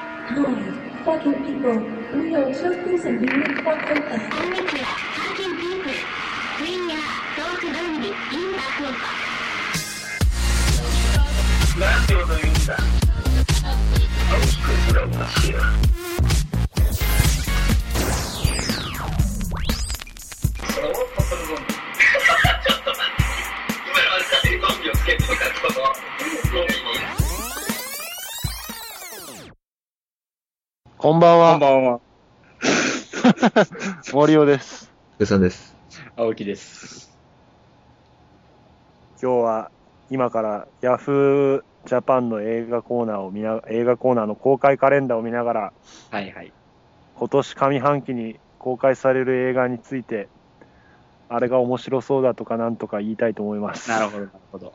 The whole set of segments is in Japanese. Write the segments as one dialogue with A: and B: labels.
A: Hi, fucking people. We are just some unique fucking us.
B: こんにちは。ハーキンピープス。ウィンヤー、トークドンビ、インバークンパ。
C: こんばん
D: こんば
C: は、
D: んは、
C: 森尾です。
E: うさんです。
D: 青木です。
F: 今日は今からヤフージャパンの映画コーナーを見な映画コーナーの公開カレンダーを見ながら
D: はいはい。
F: 今年上半期に公開される映画についてあれが面白そうだとかなんとか言いたいと思います
D: なるほど、なるほど。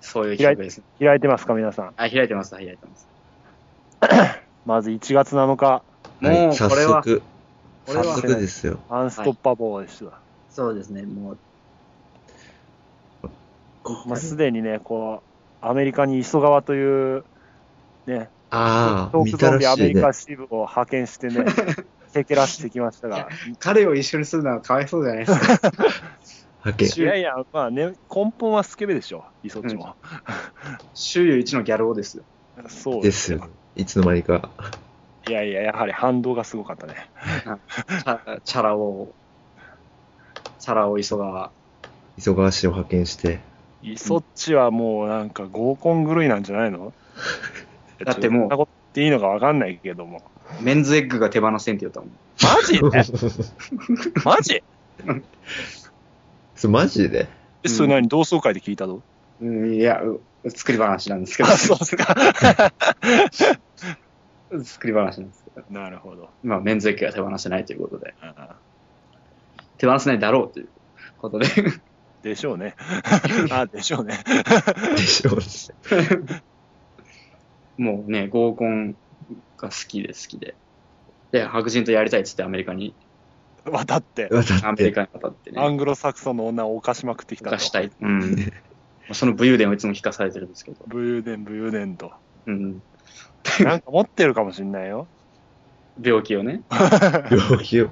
D: そういう企画ですね。
F: 開いてますか皆さん
D: あ、開いてます、開いてます。
F: まず1月7日
D: もう
E: はい、
D: こ
E: 早
D: れは
E: 速、
D: これは
E: 早速ですよ。
F: アンストッパボーでした、
D: そうですね、もう、
F: まあ、すでにねこうアメリカに磯川というね
E: ああ、
F: ト
E: 見
F: ークゾ
E: た
F: ンビ
E: ら
F: ア
E: し
F: メ
E: い
F: リ
E: ね
F: カ。支部を派遣してね蹴蹴らしてきましたが
D: 彼を一緒にするのはかわいそうじゃない ですか。
E: 派遣。
F: いやいや、まあね、根本はスケベでしょ、イソッチも。
D: 周遊一のギャル男ですよ。
F: そう
E: ですよ。。いつの間にか。
F: いやいや、やはり反動がすごかったね。
D: チャチャラ男。チャラ男磯川。
E: 磯川氏を派遣して。
F: イソッチはもうなんか合コン狂いなんじゃないの
D: だってもう
F: そんなこと言っていいのかわかんないけども。
D: メンズエッグが手放せんって言ったもん。
F: マジでマジ
E: そう、マジで
F: えそれ何同窓会で聞いたの
D: うん、いや、う作り話なんですけど。
F: あ、そうっすか。
D: 作り話なんですけど。
F: なるほど。
D: まあ、メンズエッグが手放せないということで。
F: あ
D: 手放せないだろうということ で。
F: でしょうね。あ、でしょうね。
E: でしょうね。
D: もうね、合コンが好きで好きで。で、白人とやりたいっつってアメリカに、
F: 渡って、
E: 渡
D: ア
E: っ
D: メリ
E: て。
D: カに渡って
F: ア
D: ね、
F: ングロサクソンの女を犯しまくってきた
D: 犯し
F: と。
D: たい。うん。 その武勇伝をいつも聞かされてるんですけど。
F: 武勇伝、武勇伝と。
D: うん。
F: なんか持ってるかもしんないよ。
D: 病気をね。
E: 病気を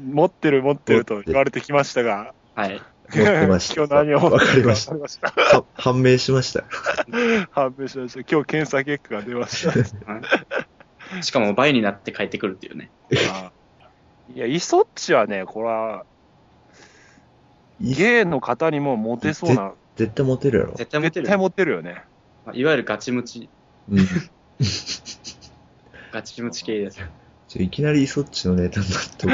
E: 持
F: 持ってる持ってると言われてきましたが、
D: はい。
E: ってました。
F: 今日何を持
E: わ
F: って
E: か
F: る
E: り
F: か
E: ました。
F: 分かりました。
E: は判明しました。
F: 判明しました。今日検査結果が出ました。
D: しかも倍になって帰ってくるっていうね。
F: いや、イソッチはね、これは、
E: い
F: ゲイの方にもモテそうな、
E: 絶対モテるやろ。
D: 絶対モテ
F: 絶
D: る
F: 対
D: よ。
F: モテるよね。
D: まあいわゆるガチムチ、
E: うん。
D: ガチムチ系です。
E: ちょいきなりそっちのネタになって
F: ま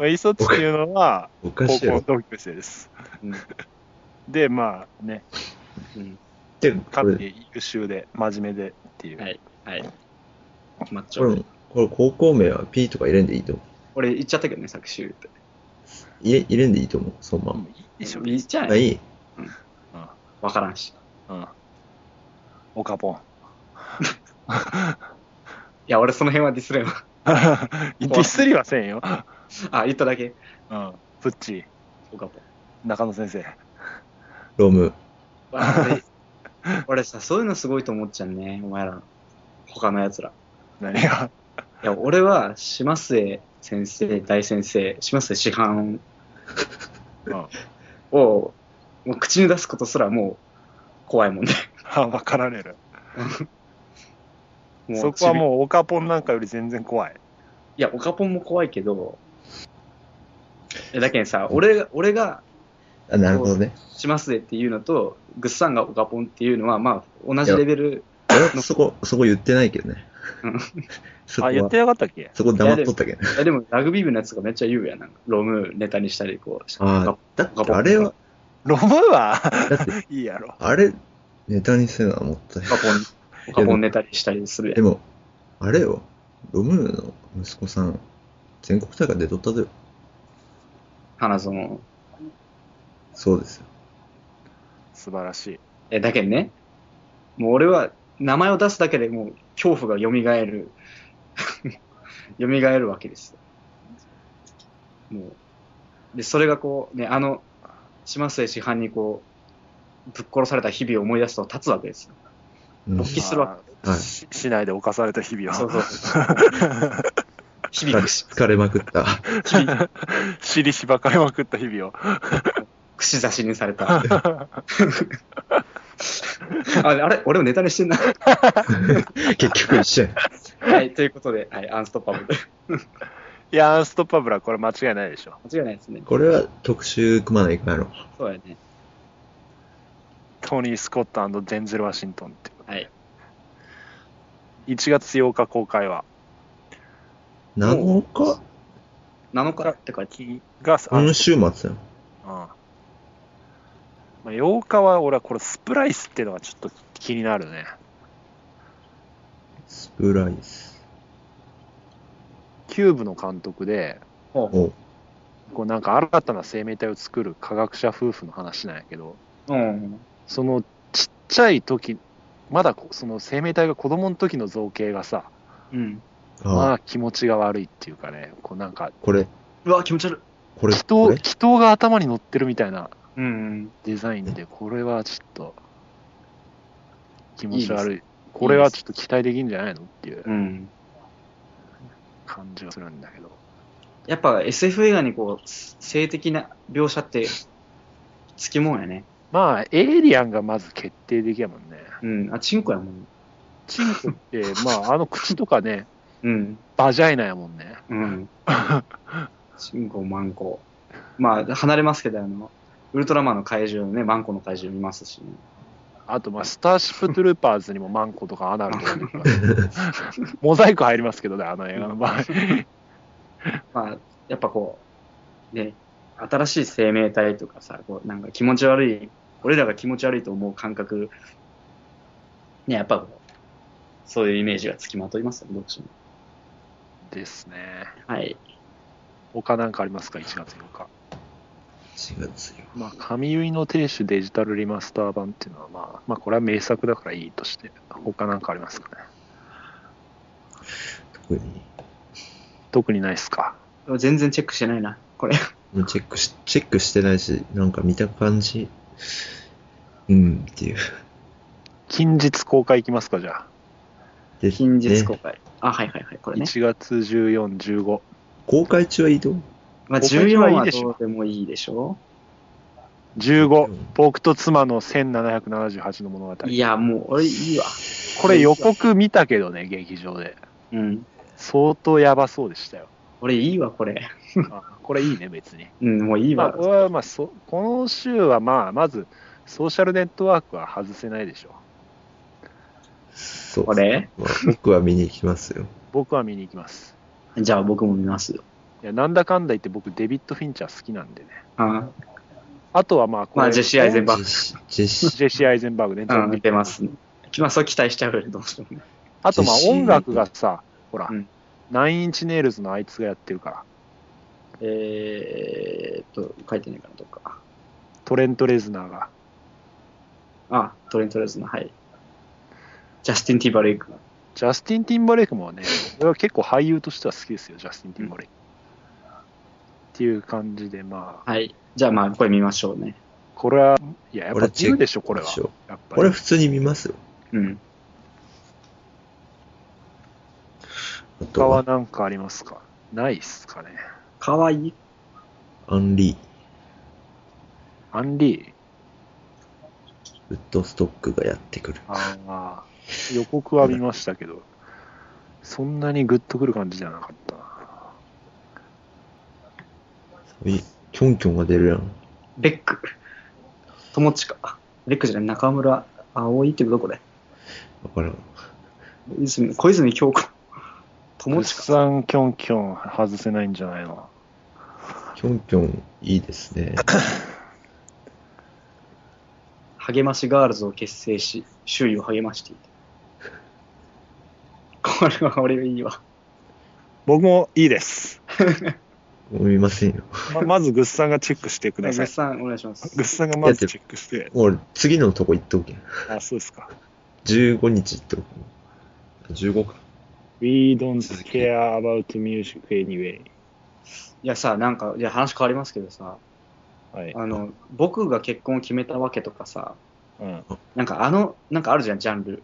F: あ、イソッチっていうのは、
E: おか
F: 高
E: しい
F: 校
E: や
F: の
E: ろ。
F: 同級生です。
D: うん
F: で、まあね、
D: うん。
E: で、
F: か
E: こ
F: な
E: れ、
F: り優秀で、真面目でっていう。
D: はい。はい。決まっちゃ
E: こ
D: う。
E: れ、これ高校名は P とか入れんでいいと思う。
D: 俺言っちゃったけどね、作詞って。
E: 入れ入れんでいいと思う、そのま
F: うん
E: ま。
F: いいでしょ、
D: 言っちゃ
E: あ
D: え。
E: いい。
D: わからんし。
F: うん。オカポン。
D: いや、俺その辺はディスれば。
F: ディスりはせん よ。
D: あ、言っただけ。
F: うん。そっち、
D: そうかも。
F: 中野先生。
E: ロム。
D: 俺 俺さ、そういうのすごいと思っちゃうね、お前ら。他の奴ら。
F: 何が
D: いや、俺は、島末先生、大先生、島末師範
F: うん
D: を、もう口に出すことすらもう、怖いもんね。
F: あ、分かられる。
D: もう
F: そこはもう、オカポンなんかより全然怖い。
D: いや、オカポンも怖いけど、いやだけどさ、俺が、俺が
E: あ、なるほどね。
D: 島末っていうのと、ぐっさんがオカポンっていうのは、まあ、同じレベル、
E: 俺はそこ、そこ言ってないけどね
D: うん。
E: そこ
F: あ、言っ
E: は
F: て、なかったっけ
E: そこ黙っとったけどね。
D: いやでもラグビー部のやつがめっちゃ言うやん、なんか、ロムネタにしたり、こう、
E: ああ、だってあれは、
F: ロムは
E: だって、
F: いいやろ。
E: あれ、ネタにせな思ったよ
D: オ。カポン、オカポンネタにしたりするやん
E: で。も、あれよ、ロムーの息子さん、全国大会出とったでよ。
D: 花園。
E: そうですよ。
F: 素晴らしい。
D: え、だけどね、もう俺は名前を出すだけでもう恐怖が蘇る、 蘇るわけですよ。もう。で、それがこう、ね、あの、島末市販にこう、ぶっ殺された日々を思い出すと立つわけですよ。
E: うん
D: 勃起するわ
E: はい
F: し市内で侵された日々
D: け。
F: は
D: そうそうそう。響くし、
E: 疲れまくった。
D: 響く、
F: 尻しばかれまくった日 々を
D: 串刺しにされた。ああれ俺もネタにしてんな。
E: 結局一緒や。
D: はい、ということで、はい、アンストッパブル。
F: いやアンストッパブルはこれ間違いないでしょ
D: 間違いないですね。
E: これは特集組まないかんやろ。
D: そうやね。
F: トニー・スコットデンゼル・ワシントンっていう
D: はい。
F: 1月8日公開は
E: 7日
D: 7日って書いて
F: きがあ
E: 今週末やん。
F: うんまあ、8日は俺はこれスプライスっていうのがちょっと気になるね
E: スプライス。
F: キューブの監督で
D: ほう。
E: お
F: こうなんか新たな生命体を作る科学者夫婦の話なんやけど
D: うん。
F: そのちっちゃい時まだこその生命体が子供の時の造形がさ
D: うん。
E: あ
F: ま
E: あ、
F: あ気持ちが悪いっていうかねこうなんか
E: これ、
D: うわ、気持ち悪。
E: これ、
F: 祈
E: こ
F: 祷
E: れ。
F: 祈祷が頭に乗ってるみたいない
D: うん。
F: デザインでこれはちょっと気持
D: いい
F: ち
D: です
F: 悪いこれはちょっと期待できんじゃないのっていう
D: うん。
F: 感じがするんだけど
D: やっぱ SF 映画にこう、性的な描写って、つきもんやね。
F: まあ、エイリアンがまず決定的やもんね。
D: うん。あ、チンコやもん。
F: チンコって、まあ、あの口とかね、
D: うん。
F: バジャイナやもんね。
D: うん。チンコ、マンコ。まあ、離れますけど、あの、ウルトラマンの怪獣ね、マンコの怪獣見ますしね。
F: あと、まあ、スターシップトゥルーパーズにもマンコとかアナルとか出て きます、モザイク入りますけどね、あの映画の場合。
D: まあ、やっぱこう、ね、新しい生命体とかさ、こう、なんか気持ち悪い、俺らが気持ち悪いと思う感覚、ね、やっぱこう、そういうイメージがつきまといますよね、どうしても。
F: ですね。
D: はい。
F: 他なんかありますか、1月8日。
E: 4月よ。
F: まあ、神結の亭主デジタルリマスター版っていうのは、まあ、まあ、これは名作だからいいとして、他なんかありますかね。
E: 特に。
F: 特にないっすか。
D: 全然チェックしてないな、これ。
E: もうチェックし、チェックしてないし、なんか見た感じ、うんっていう。
F: 近日公開いきますか、じゃあ。
E: で
D: 近日公
E: ね
D: 開。あ、はいはいはい、これね。
F: 1月14、15。
E: 公開中はいいと思う
D: まあ、
F: 公開
D: 14
F: はいい
D: は
F: でしょ
D: どうでもいいでしょ
F: 15、僕と妻の1778の物語。
D: いや、もう、俺いいわ。
F: これ予告見たけどね、劇場で。
D: うん。
F: 相当やばそうでした よ。
D: 俺いいわ、これ。
F: あこれいいね、別に。
D: うん、もういい
F: まあ、
D: わ
F: こ。れはまあそこの週は、まあ、まず、ソーシャルネットワークは外せないでしょ
E: そう。
D: これ
E: まあ僕は見に行きますよ。
F: う。僕は見に行きます。
D: じゃあ僕も見ますよ。
F: いや、なんだかんだ言って僕、デビッド・フィンチャー好きなんでね。
D: あ
F: あとはまあ、こ
D: まあ、ジェシー・アイゼンバー
E: 実施実施
F: ジェシー・アイゼンバーグね。
D: グ。うん、見てますね。まあ、そう期待しちゃうよね、どうしてもね。
F: あとまあ
E: ジェシー
F: 音楽がさ、ほら、
D: うん
F: ナインインチネイルズのあいつがやってるから、
D: えーっと、書いてないかな、どっか。
F: トレント・レズナーが。
D: あ、トレントレズの、はい。ジャスティン・ティーバレイク。
F: ジャスティン・ティンバレイクもね、俺は結構俳優としては好きですよ、ジャスティン・ティンバレイク。っていう感じで、まあ、
D: はい。じゃあ、まあ、これ見ましょうね。
F: これは、いや、やっぱ
E: 俺チェッ
F: 見
E: ク
F: るでしょ、これは
E: でし。ょ
F: やっぱ
E: これ
F: り。
E: 普通に見ますよ。
D: うん。
E: あ
F: 他
E: と
F: は
E: は、
F: なんかありますかないっすかね。
D: かわいい。
E: アンリー、
F: アンリー、
E: ウッドストックがやってくる。
F: ああ、予告は見ましたけど、そんなにグッとくる感じじゃなかったな。
E: いキョンキョンが出るやん。
D: ベック。友近。ベックじゃない、中村葵ってどこで
E: わからん。
D: 泉小泉京子。
F: グ
D: 友
F: ッ
D: 近。
F: サン・キョンキョン外せないんじゃないの
E: キョンキョンいいですね。
D: 励ましガールズを結成し、周囲を励ましていた。これは俺いいわ。
F: 僕もいいです。
E: もう見ませんよ。
F: ままずグッサンがチェックしてくだ さい
D: 絶。賛お願いします。
F: グッサンがまずチェックして、
E: もう次のとこ行っとけ。
F: あ、そうですか。
E: 15日行っとこう。15か。
F: We don't care about music anyway.
D: いやさ、なんか、いや話変わりますけどさ、
F: はい。
D: あの、僕が結婚を決めたわけとかさ、
F: うん。
D: なんかあの、なんかあるじゃん、ジャンル。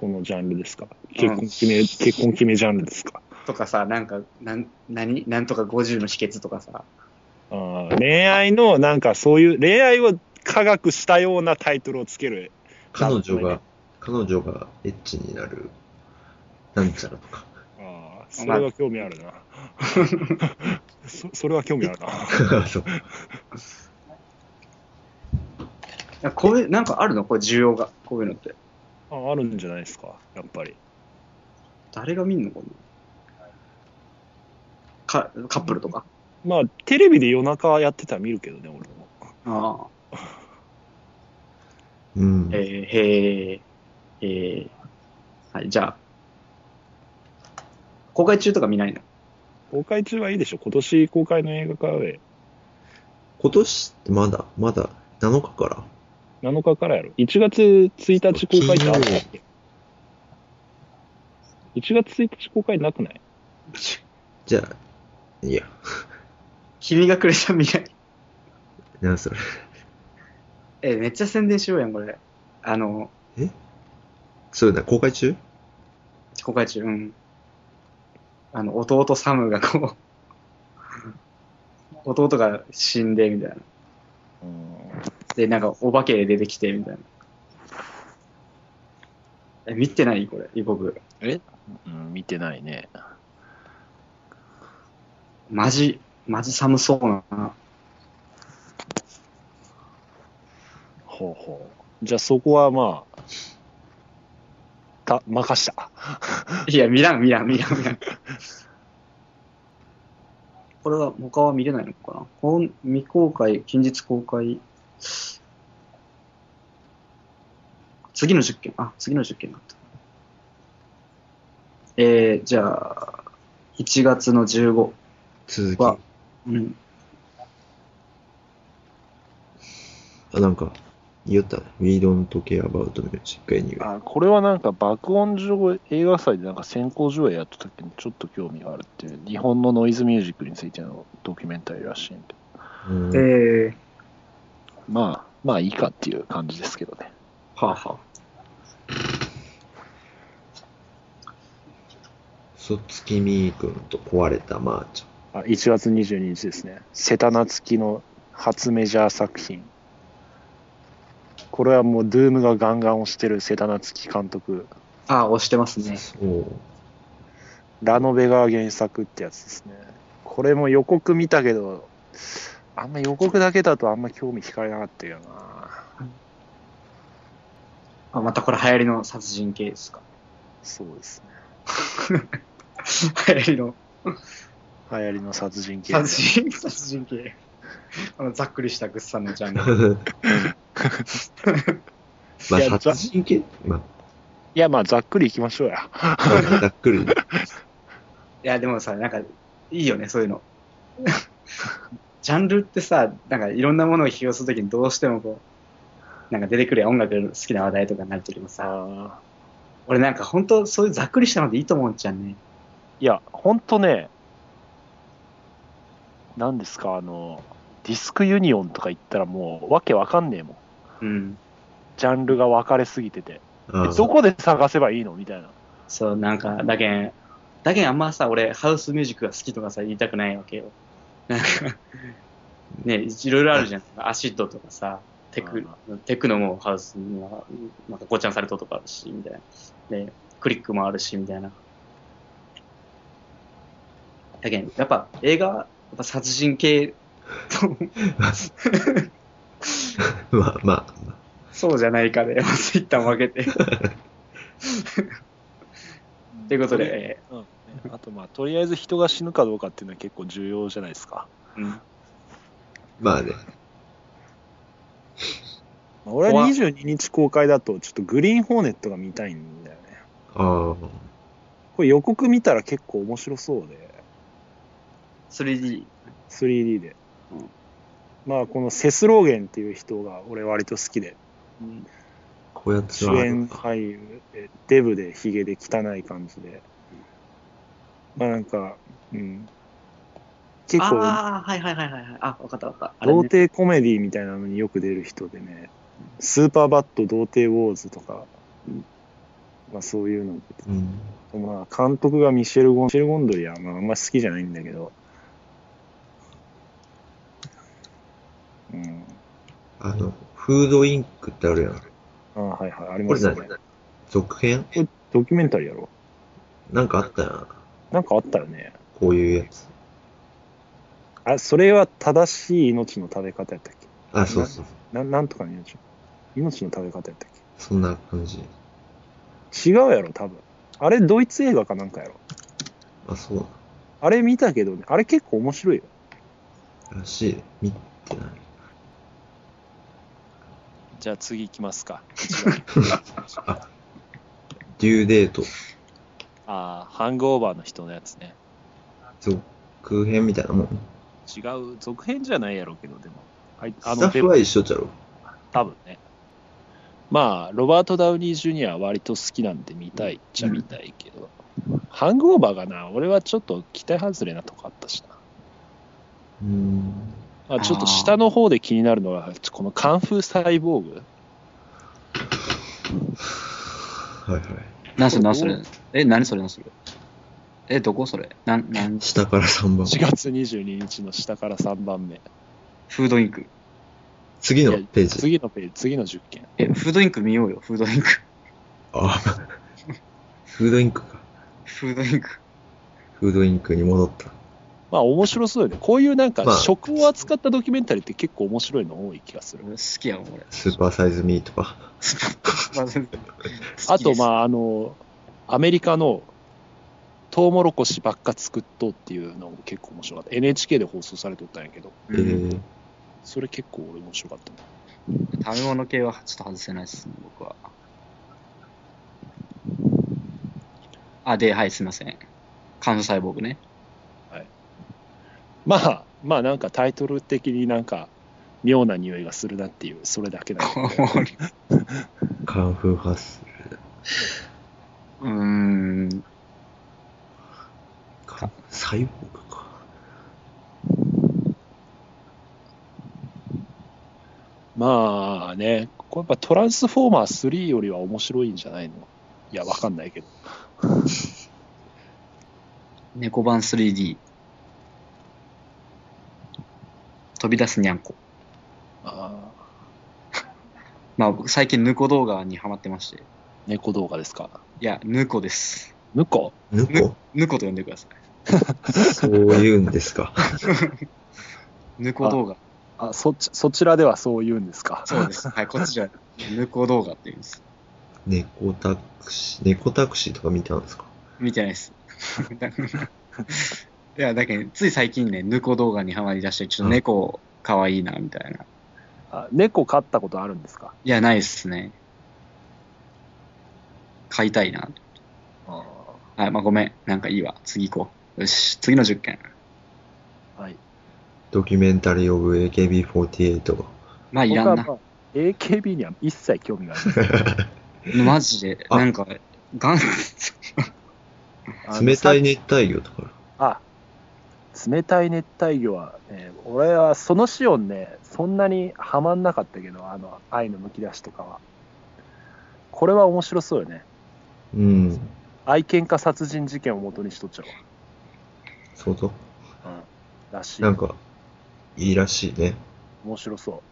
F: このジャンルですか結婚決め、結婚決めジャンルですか
D: とかさ、なんか、なん、何、なんとか50の秘訣とかさ。
F: あー恋愛のなんかそういう恋愛を科学したようなタイトルをつける
E: 彼女が、彼女がエッチになる、なんちゃらとか。
F: あーそれは興味あるなそ それは興味ある な
E: そう
D: こういう、なんかあるのこれ需要が。こういうのって。
F: ああるんじゃないですかやっぱり
D: 誰が見んのこんなかカップルとか。
F: まあテレビで夜中やってたら見るけどね俺も
D: ああ。
E: うん。
D: えー、へえ、えー。はい、じゃあ。公開中とか見ないの
F: 公開中はいいでしょ今年公開の映画からで
E: 今年ってまだ、まだ7日から。
F: 7日からやろ1月1日公開ってあるんだっけ1月1日公開なくない
E: じゃあ、いいや、
D: 君がくれた未来。
E: なんそれ。
D: えー、めっちゃ宣伝しようやん、これ。あの、
E: そうだ、公開中
D: 公開中、うん。あの、弟サムがこう、 弟が死んで、みたいな。
F: うん
D: で、なんか、お化け出てきて、みたいな。え、見てないこれ、予告。
F: うん、見てないね。
D: マジ、マジ寒そうな。
F: ほうほう。じゃあそこはまあ、た、任した。
D: いや、見らん、見らん、見らん、見らん。これは、他は見れないのかな本未公開、近日公開。次の10件、あ、次の10件だった。えー、じゃあ、1月の15。
E: 続き。
D: わ
E: あ、
D: うん。
E: なんか、言ったね。We don't care about music anyway.
F: あ、これはなんか爆音上映画祭でなんか先行上映やった時にちょっと興味があるっていう、日本のノイズミュージックについてのドキュメンタリーらしいんで、
E: うん
D: えー、
F: まあ、まあいいかっていう感じですけどね。
D: はあ、は
E: そつきみーくんと壊れたまーち
F: あ、1月22日ですね。瀬田夏樹の初メジャー作品。これはもう、ドゥームがガンガン押してる瀬田夏樹監督、
D: あ。ああ、押してます
E: ゃん。
D: ね。
E: そう。
F: ラノベが原作ってやつですね。これも予告見たけど、あんま予告だけだとあんま興味惹かれなかったよな。
D: あ、またこれ流行りの殺人系ですか。
F: そうですね。
D: 流行りの
F: 流行りの殺人系。
D: 殺人、殺人系。あの、ざっくりしたグッサンの ジ ャンル。
E: まあ、
F: いや
E: 殺人系ま
F: いや、まあ、ざっくりいきましょうや。
E: あ、 まあざっくり。
D: いや、でもさ、なんか、いいよね、そういうの。ジャンルってさ、なんかいろんなものを批評するときにどうしてもこう、なんか出てくるやん音楽の好きな話題とかになるときもさ、
F: あ
D: 俺なんか本当そういうざっくりしたのでいいと思うんじゃんね。
F: いや、ほんとね、なんですか、あの、ディスクユニオンとか言ったらもう、わけわかんねえもん。
D: うん。
F: ジャンルが分かれすぎてて、
E: ああ
F: どこで探せばいいのみたいな。
D: そう、なんか、だけん、だけんあんまさ、俺ハウスミュージックが好きとかさ、言いたくないわけよ。なんか、ね、いろいろあるじゃん。アシッドとかさ、テク、テクノもハウスも、なんかごちゃんされととかあるし、みたいな。で、クリックもあるし、みたいな。だけん、やっぱ映画は、やっぱ殺人系と、
E: まあ、まあ、まあ
D: そうじゃないかで、まず一旦分けて。ということで、
F: うん、あとまあ、とりあえず人が死ぬかどうかっていうのは結構重要じゃないですか。
D: うん
E: まあね。
F: まあ俺は
D: 怖っ
F: 22日公開だと、ちょっとグリーンホーネットが見たいんだよね。
E: ああ、
F: これ予告見たら結構面白そうで、
D: 3D。
F: 3D で。
D: うん
F: まあ、このセスローゲンっていう人が俺割と好きで、
D: うん
E: こやつ
F: 主
E: はある
F: 演
E: か。
F: 俳優でデブでヒゲで汚い感じで、まあなんか、うん。結構、
D: ああ、はいはいはいはいはい。あ、わかったわかった。あれ
F: 童
D: ね、
F: 貞コメディみたいなのによく出る人でね、スーパーバット童貞ウォーズとか、
G: まあ、そういうので
E: うん。
G: まあ、監督がミシェル・ゴンミシェルゴンドリは、まあ、あんまり好きじゃないんだけど、うん、
E: あの、フードインクってあるやん。
G: あはいはい、あり
E: こ
G: ま
E: れ
G: すね
E: 何。続編
G: ドキュメンタリーやろ
E: なんかあったやん。
G: なんかあったよね。
E: こういうやつ。
G: あ、それは正しい命の食べ方やったっけ
E: あ、そうそう。
G: ななんとかの命命の食べ方やったっ
E: そんな感じ。
G: け違うやろ、多分。あれ、ドイツ映画かなんかやろ。
E: あ、そうな
G: あれ見たけどね、あれ結構面白いよ。
E: のらしい。見てない。
F: じゃあ次行きますか。
E: デューデート。
F: ああ、ハングオーバーの人のやつね。
E: 続編みたいなもん。
F: 違う、続編じゃないやろうけど、でも。あいあ
E: スタ
F: の、
E: ッ
F: で
E: フ
F: も
E: は一緒じゃろ。
F: 多分ね。まあ、ロバート・ダウニー・ジュニアは割と好きなんで見たいっちゃ見たいけど、ハングオーバーがな、俺はちょっと期待外れなとこあったしな。
E: うーん。
F: まあ、ちょっと下の方で気になるのは、このカンフーサイボーグ。
E: はいはい。
D: 何それ何それえ、何それ何それえ、どこそれなん、なん、
E: 下から3番。
F: 4月22日の下から3番目。
D: フードインク。
E: 次の
F: いや
E: ページ。
F: 次のページ、次の10件。
D: え、フードインク見ようよ、フードインク。
E: あ、フードインクか。
D: フードインク。
E: フードインクに戻った。
F: まあ面白そうよね。こういうなんか
E: まあ
F: 食を扱ったドキュメンタリーって結構面白いの多い気がする
D: 俺。好きやもん、俺。
E: スーパーサイズミーとか。
F: あと、ま
D: あ。
F: あ、あの、アメリカのトウモロコシばっか作っとうっていうのも結構面白かった。NHK で放送されておったんやけど、
E: え
D: うん
E: ー、
F: それ結構俺面白かったな。
D: 食べ物系はちょっと外せないですね、僕は。あ、で、はい、すみません。感謝細胞ね。
F: まあ、まあなんかタイトル的になんか妙な匂いがするなっていう、それだけだけど。
E: カンフーハッスル。
D: うーん。
E: カンサイボーグか。
F: まあね、これやっぱトランスフォーマー3よりは面白いんじゃないのいや、わかんないけど。
D: 猫版 3D。飛び出すにゃんこ。
F: ああ、
D: まあ、僕最近、ヌコ動画にハマってまして。
F: 猫動画ですか。
D: いや、ヌコです。
F: 向こ
E: ヌコ
D: ヌコと呼んでください。
E: そういうんですか。
D: ヌコ動画。
F: うあそっち、そちらではそう言うんですか。
D: そうです。はい、こっちじゃ、ヌコ動画って言うんです。
E: 猫タクシー、猫タクシーとか見たんですか
D: 見てないです。 いや、だけど、つい最近ね、ヌコ動画にハマりだして、ちょっと猫かわいいな、みたいな。い
F: あ猫飼ったことあるんですか
D: や、ないっすね。飼いたいな。
F: あ
D: あ、まあ、ごめん。なんかいいわ。次行こう。よし、次の10件。
F: あはい。
E: ドキュメンタリー・オブ・ AKB48。
D: まあ、い
F: 僕
D: ら
F: は
D: ん
F: ま
D: な。
F: あ AKB には一切興味がありません
D: マジで、
E: あ
D: なんか、ガン、
F: あの
E: 冷たい熱帯魚とか。
F: あ冷たい熱帯魚は、ね、俺はそのシオンね、そんなにはまんなかったけど、あの、愛のむき出しとかは。これは面白そうよね。
E: うん。
F: 愛犬家殺人事件を元にしとっちゃう
E: 相当
F: わ。らしい
E: な。んか、いいらしいね。
F: 面白そ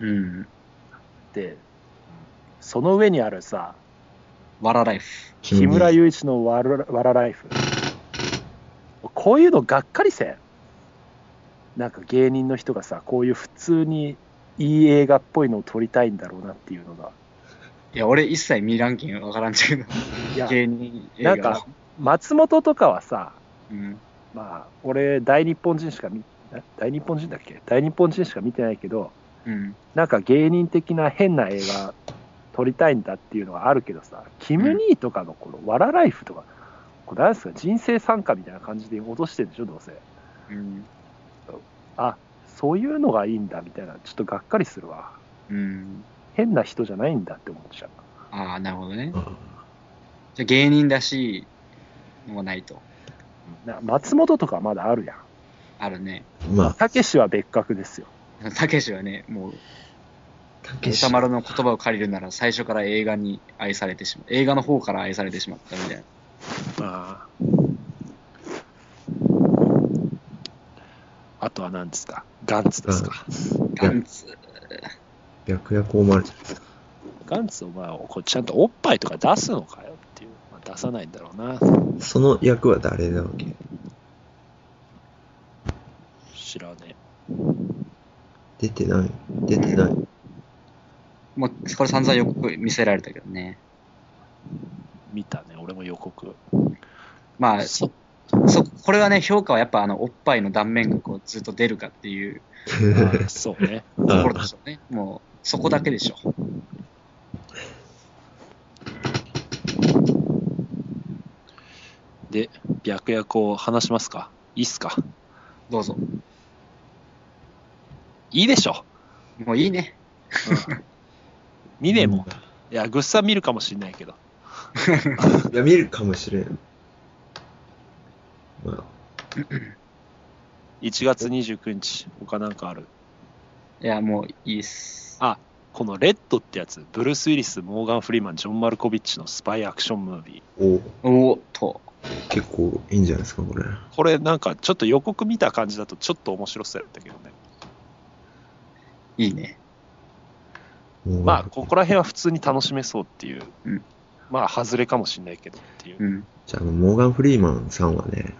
F: う。
D: うん。
F: で、その上にあるさ、
D: わらライフ。
F: 木村雄一のわらわらライフ。こういうのがっかりせん。なんか芸人の人がさ、こういう普通にいい映画っぽいのを撮りたいんだろうなっていうのが。
D: いや、俺一切見らんけんわからんけど、
F: いや、
D: 芸人映
F: な
D: 画。
F: んか、松本とかはさ、
D: うん。
F: まあ、俺、大日本人しか見、な大日本人だっけ大日本人しか見てないけど、
D: うん。
F: なんか芸人的な変な映画撮りたいんだっていうのがあるけどさ、キム兄とかのこのわらライフとか、これ何ですか、人生参加みたいな感じで落としてるでしょ、どうせ。
D: うん。
F: あそういうのがいいんだみたいなちょっとがっかりするわ
D: うん。
F: 変な人じゃないんだって思っちゃう
D: ああ、なるほどね。
E: あ
D: じゃあ芸人らしいのがないと。
F: な松本とかまだあるやん
D: あるね。
E: まあ、
F: たけしは別格ですよ
D: たけしはね、もう、
E: たけし
D: 歌。丸の言葉を借りるなら最初から映画に愛されてしまう。映画の方から愛されてしまったみたいな。
F: ああとは何ですかガンツですか、
D: ガンツ。
E: 白夜行もあるじゃないですか。
F: ガンツお前こうちゃんとおっぱいとか出すのかよっていう、まあ、出さないんだろうな
E: その役は誰なわけ
F: 知らね
E: 出てない。出てない。
D: まあ、これ散々よく見せられたけどね。
F: え見たね俺も予告
D: まあ、
F: そ
D: そこれはね、評価はやっぱあのおっぱいの断面がこうずっと出るかっていう
F: あ そうね
D: ところでしょうね。もうそこだけでしょ。
F: で白夜行を話しますかいいっすか
D: どうぞ。
F: いいでしょ
D: もういいね。
F: 見ねえもん、いやぐっさん見るかもしんないけど
E: いや、見るかもしれん。まあ、
F: 1月29日他なんかある
D: いや、もういいっす。
F: このレッドってやつブルース・ウィリスモーガン・フリーマンジョン・マルコビッチのスパイアクションムービー
E: おう
D: おーっと。
E: 結構いいんじゃないですか、これ。
F: これなんかちょっと予告見た感じだとちょっと面白そうやったけどね
D: いいね。
E: もう
F: まあここら辺は普通に楽しめそうっていう、
D: うん
F: まあ外れかもしんないけどっていう、
D: うん。
E: じゃあ、あの、モーガン・フリーマンさんはね、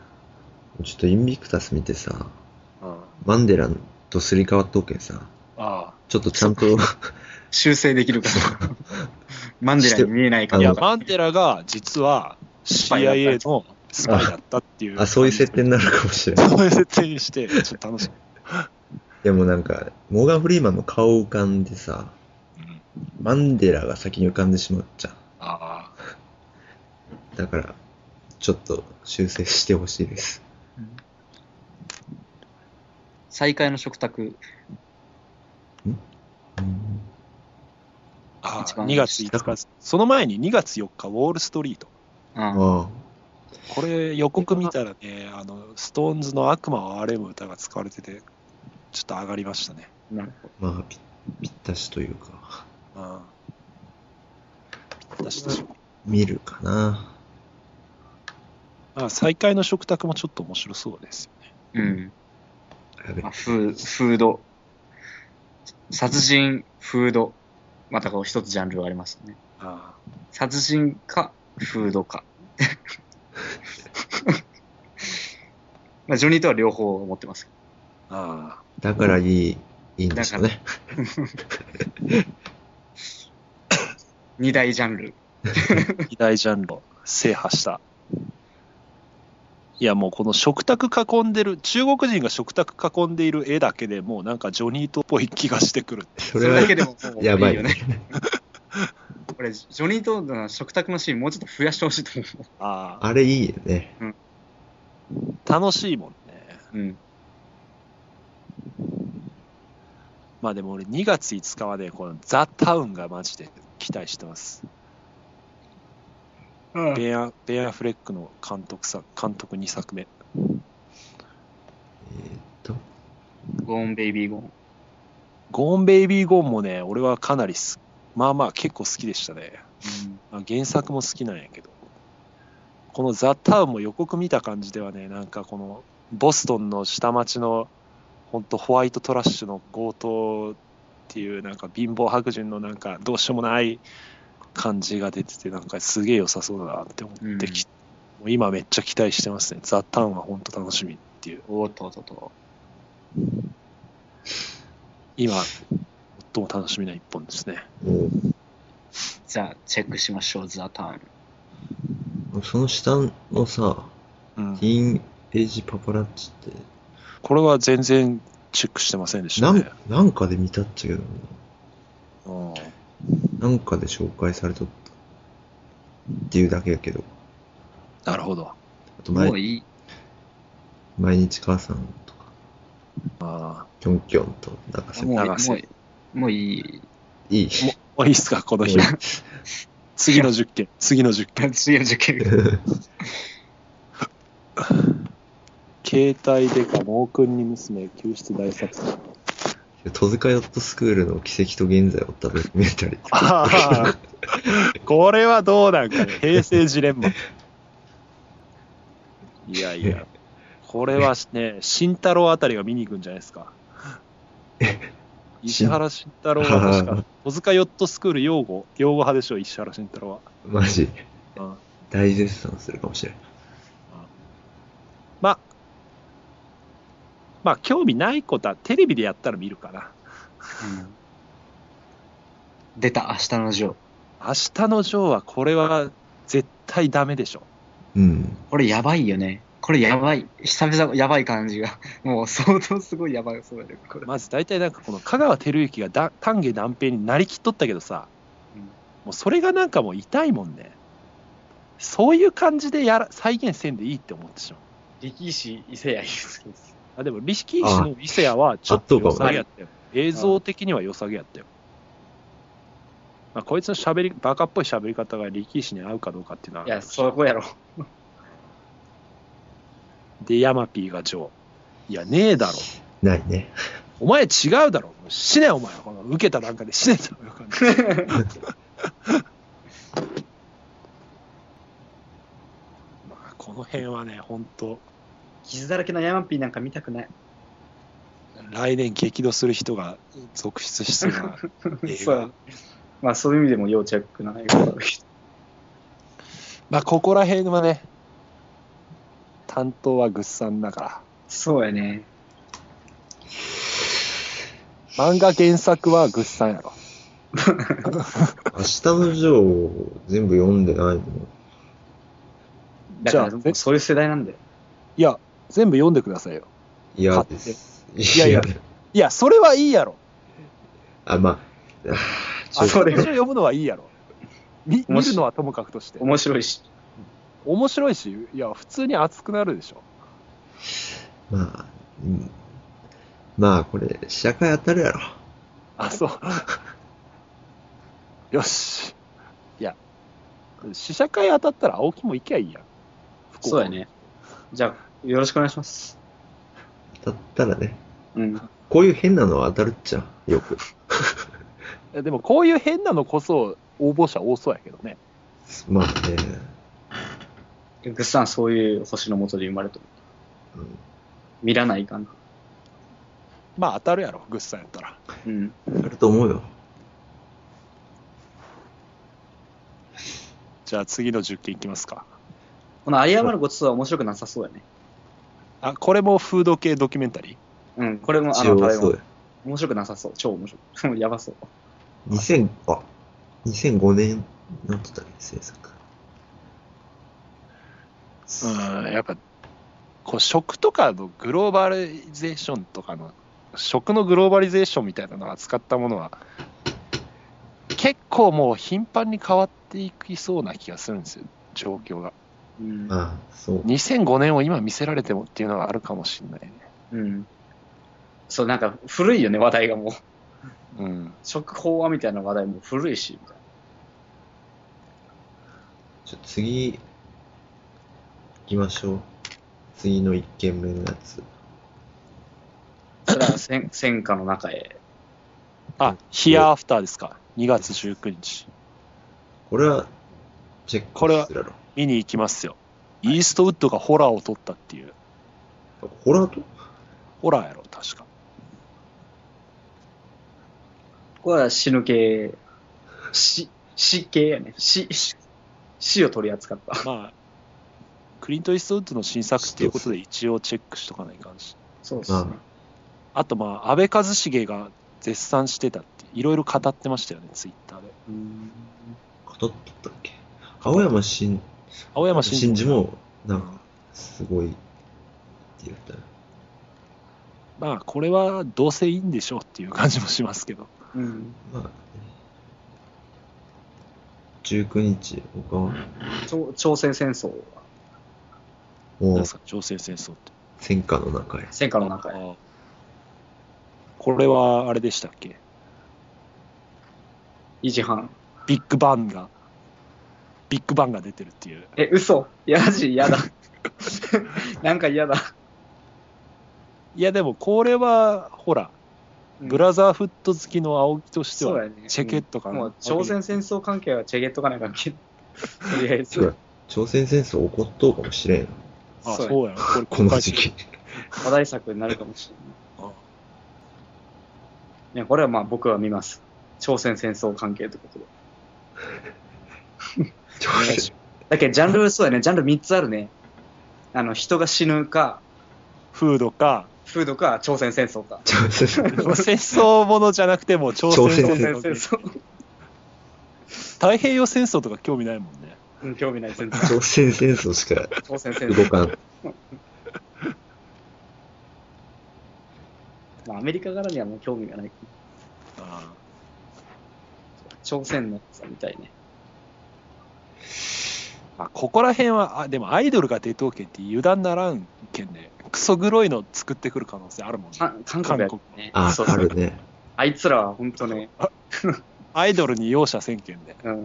E: ちょっとインビクタス見てさ、
F: うんあ
E: マンデラとすり替わっとうけんさ、
F: あ
E: ちょっとちゃん と、
D: 修正できるかどうか。マンデラに見えないか
F: い
D: ど
F: や
D: うか。
F: マンテラが実は
D: パイだった
F: CIA のスパイだったっていう
E: あ、そういう設定になるかもしれない。
F: そういう設定にしてちょっと楽し
E: でもなんか、モーガン・フリーマンの顔浮かんでさ、
F: み、うん、
E: マンデラが先に浮かんでしまっちゃ
F: ああ
E: う。だから、ちょっと修正してほしいです。
D: 再会の食卓。
E: うん
F: ああ
D: 一番
F: 2月5日その前に2月4日ウォールストリート
D: ああ
E: ああ、
F: これ予告見たらね、あの、ストーンズの悪魔を憐れむ歌が使われてて、ちょっと上がりましたね。
D: なるほ
E: まあ、ぴぴったしというか、
F: うん。ぴったしでしょ。
E: 見るかな。
F: まあ、再会の食卓もちょっと面白そうですよね。
D: ど。うん。
E: やべ
D: まあ、フーフード。殺人、フード。またこう一つジャンルがありますね。
F: あ
D: 殺人か、フードか。 まあ、ジョニーとは両方持ってます。
F: あ。あ
E: だからいい、いいんですよね。
D: 二大ジャンル。
F: あ。偉大ジャンルを制覇した。いやもうこの食卓囲んでる、中国人が食卓囲んでいる絵だけでもうなんかジョニートっぽい気がしてくる。
E: そ
D: そ
E: れ
D: れ
E: は
D: だけでももういい
E: や
D: よ
E: ばい
D: ね。これ、ジョニーとの食卓のシーンもうちょっと増やしてほしいと思
F: ああ。
E: あれいいよね。
F: 楽しいもんね。
D: う。うん。
F: まあでも俺2月5日はね、このザ・タウンがマジで期待してます。ベンア・ベンアフレックの監督さ監督2作目。
E: えーっと、
D: ゴーンベイビーゴーン。
F: ゴーン・ベイビー・ゴーンもね、俺はかなりす、まあまあ結構好きでしたね。まあ、原作も好きなんやけど。このザ・タウンも予告見た感じではね、なんかこのボストンの下町のほんとホワイトトラッシュの強盗っていうなんか貧乏白人のなんかどうしようもない感じが出ててなんかすげえ良さそうだなって思ってき、もう今めっちゃ期待してますね。ザ・タウンはほんと楽しみっていう。
D: おーっとおっとおっと。
F: 今、最も楽しみな一本ですね。
E: も
D: じゃあ、チェックしましょう、ザ・タウン。
E: う、その下のさ、
F: うん
E: ティーンエイジパパラッチって、
F: これは全然チェックしてませんでした
E: な
F: ね
E: ん。なんかで見たっちゃけど
F: うん
E: な、なんかで紹介されとった。っていうだけやけど。
F: なるほど。
E: あと
D: もう
E: 毎、
D: いい。
E: 毎日母さんとか、
F: あ
E: キョンキョンと、なんかさ、
D: もういい。
F: 長瀬
D: もういい。もうい
E: い
D: い。
E: い。
F: あ。もういいっすか、この日。次の10件、次の10件。
D: 次は受験。
F: 携帯でか、猛君に娘、救出大作戦。
E: 戸塚ヨットスクールの奇跡と現在を食べメンタリー。
F: あーこれはどうなんかね平成ジレンマ。いやいや、これはね、慎太郎あたりが見に行くんじゃないですか。石原慎太郎は確 か、小塚ヨットスクール擁護、擁護派でしょ、石原慎太郎は。
E: マジ
F: うん。
E: 大絶賛するかもしれない。
F: まあ、まあ、興味ないことはテレビでやったら見るかな。
H: 出た、明日のジョー。
F: 明日のジョーは、これは絶対ダメでしょ。
E: うん。
H: これやばいよね。これやばい。久々やばい感じが。もう相当すごいやばいそうだけど、これ。
F: まず大体なんかこの香川照之がだ丹下段平になりきっとったけどさ、
H: うん
F: もうそれがなんかもう痛いもんねそういう感じでやら再現せんでいいって思ってしまう
D: 力石伊勢谷です。
F: あでも力石の伊勢谷はちょっと良さげやったよ映像的には良さげやったよまあ、こいつの喋りバカっぽい喋り方が力石に合うかどうかっていうの
D: い
F: は
D: や、そこやろ。
F: でヤマピーがジョーいやねえだろ
E: ないね。
F: お前違うだろ死ねお前この受けた段階で死ねだろよ まあこの辺はね本当
D: 傷だらけのヤマピーなんか見たくない。
F: 来年激怒する人が続出し そうな映
D: そうや
F: 画
D: まあ、そういう意味でも要チェックな映画だけ
F: まあここら辺はね担当はぐっさんだか
D: どそうやね。
F: ら漫画原作はぐっさんやろ
E: 明日のジョーを全部読んでないもん。
D: だから、
F: じゃあ
D: もうそういう世代なんだよ。
F: いや全部読んでくださいよ
E: 嫌です。い
F: やいや
E: や。
F: いやそれはいいやろ
E: あ、まあ、あ
F: あ
E: ーちょ
F: そ
E: っ
F: れ
E: と
F: を読むのはいいやろ見見るのはともかくとして
D: 面白いし。
F: 面白いしいや普通に熱くなるでしょ
E: まあ、うんまあこれ、試写会当たるやろ。
F: あ、そう。 よし。いや、試写会当たったら青木も行きゃいいやん。福岡
D: そうや。ね。じゃあ、よろしくお願いします。
E: 当たったらね。
D: うん。
E: こういう変なのは当たるっちゃ、よく。
F: いやでもこういう変なのこそ応募者多そうやけどね。
E: まあね、
D: グッサン、そういう星の下で生まれと。
E: うん
D: 見らないかな。
F: まあ当たるやろ、グッさんやったら。
D: うん。
E: 当たると思うよ。
F: じゃあ次の10件いきますか。
D: この有り余るごちそうは面白くなさそうやね。
F: あ、これもフード系ドキュメンタリー
D: うん。これも、あ
E: 一
D: の、
E: 応
D: 食べ
E: そう
D: 物
E: や。
D: 面白くなさそう。超面白い。 もうやばそう。
E: 2000、あ、2005年、なんつったっけ、制作。
F: うん、やっぱ、こう食とかのグローバリゼーションとかの、食のグローバリゼーションみたいなのを扱ったものは、結構もう頻繁に変わっていきそうな気がするんですよ、状況が。
D: うん。
E: まあ、そう。
F: 2005年を今見せられてもっていうのはあるかもしれないね。
D: うん。そう、なんか古いよね、話題がもう。
F: うん。
D: 食法はみたいな話題も古いし、みたい
E: ちょ次、行きましょう。次の1件目のやつ。
D: な。それ は戦戦火の中へ。
F: あ、ヒアアフターですか。2月19日。
E: これは、チェッ
F: これは
E: クするやろ。
F: 見に行きますよ。イーストウッドがホラーを撮ったっていう。
E: ホラーと
F: ホラーやろ、確か。
D: ここは死ぬ系、死、死系やね。死、死死を取り扱った。
F: まあ、クリント・イーストウッドの新作っていうことで一応チェックしとかないかんし。
D: そうっす
E: ま
D: ね。
F: あとまあ、安倍一茂が絶賛してたって、いろいろ語ってましたよね、ツイッターで。
D: うん
E: あ、語っとったっけ青山新、
F: 青山
E: 新
F: 真
E: 司
F: 司
E: も、なんか、すごい、って言ったよ
F: まあ、これはどうせいいんでしょうっていう感じもしますけど。
D: うん。
E: まあ、ね、19日、他は、
D: 朝朝鮮戦争は、
E: も
F: なん
E: う
F: です、か、朝鮮戦争って。
E: 戦火の中へ。
D: 戦火の中へ。
F: あこれはあれでしたっけ
D: 2時半。
F: ビッグバンが、ビッグバンが出てるっていう。
D: え、嘘やじ、やだ。なんか嫌だ。
F: いや、でもこれは、ほら、ブラザーフット好きの青木として
D: そう
F: は、
D: やね。
F: チェケットかな
D: もう朝鮮戦争関係はチェゲットかない関係。とりあえ
E: そう
D: ず
E: や、朝鮮戦争起こっとうかもしれんよ
F: あ、
D: そうや
F: そうやな。これ
E: こ
F: 公
E: の
F: 開
E: 時期。
D: 話題作になるかもしれない。いや、これはまあ僕は見ます。朝鮮戦争関係ということで。
E: 朝
F: 願い
E: 鮮
F: し
D: だけどジャンル、そうやね、ジャンル3つあるね。あの、人が死ぬか、
F: フードか、
D: フードか、朝鮮戦争か。
E: 朝鮮戦
F: 戦争ものじゃなくても朝鮮
E: 朝鮮
D: 朝
F: 戦
D: 鮮戦
F: 争。
D: 争。
F: 太平洋戦争とか興味ないもんね。
D: うん興味ない、全然。
E: 朝鮮戦争しか
D: 朝鮮戦
E: 動
D: 争。
E: かん。
D: まあ、アメリカからにはもう興味がない。
F: あ
D: 朝鮮のやつみたいね。
F: ーまあ、ここら辺は、あでもアイドルが出とうけんって油断ならんけんね。クソ黒いの作ってくる可能性あるもんね。
D: か韓国やつね。
E: あ
D: そ、う
E: あるね。
D: あいつらは本当ね、
F: アイドルに容赦せんけんで。
D: うん。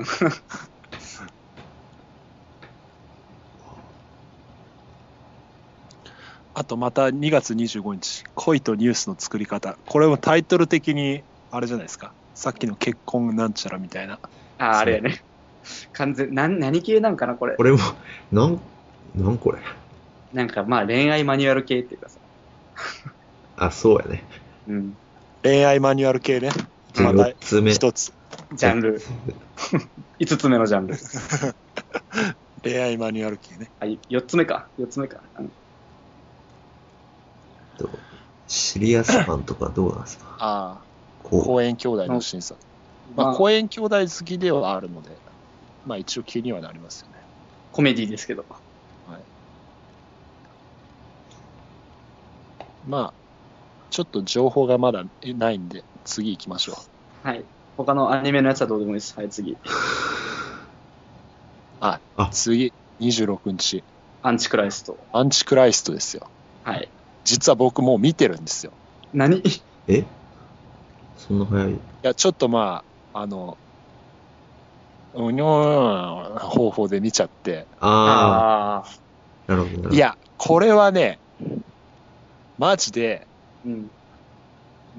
F: あとまた2月25日、恋とニュースの作り方。これもタイトル的に、あれじゃないですか。さっきの結婚なんちゃらみたいな。
D: あ、あれやね。完全、なん、何系なんかな、これ
E: こ。れも、なん、なんこれ。
D: なんかまあ恋愛マニュアル系っていうかさ。
E: あ、そうやね。
D: うん。
F: 恋愛マニュアル系ね。また
E: 4つ目。
F: 一つ。
D: ジャンル。5つ目のジャンル。
F: 恋愛マニュアル系ね。
D: あ、4つ目か。4つ目か。うん
E: とシリアス感とかどうなんです か
F: ああ、
E: こ
F: 公園兄弟の審査。ま
D: ま
F: あ、
D: あ、
F: 公園兄弟好きではあるので、まあ一応気にはなりますよね。
D: コメディですけど。
F: まあ、ちょっと情報がまだないんで、次行きましょう。
D: はい。他のアニメのやつはどうでもいいです。はい、次。
F: 次、26日、
D: アンチクライスト。
F: アンチクライストですよ。
D: はい。
F: 実は僕もう見てるんですよ。
D: 何
E: う。えそんな早い。
F: いや、ちょっとまあ、あの、うにょーん方法で見ちゃって、
E: あ
D: ああ。
E: ー、なるほどなるほど。
F: いや、これはね、マジで、
D: う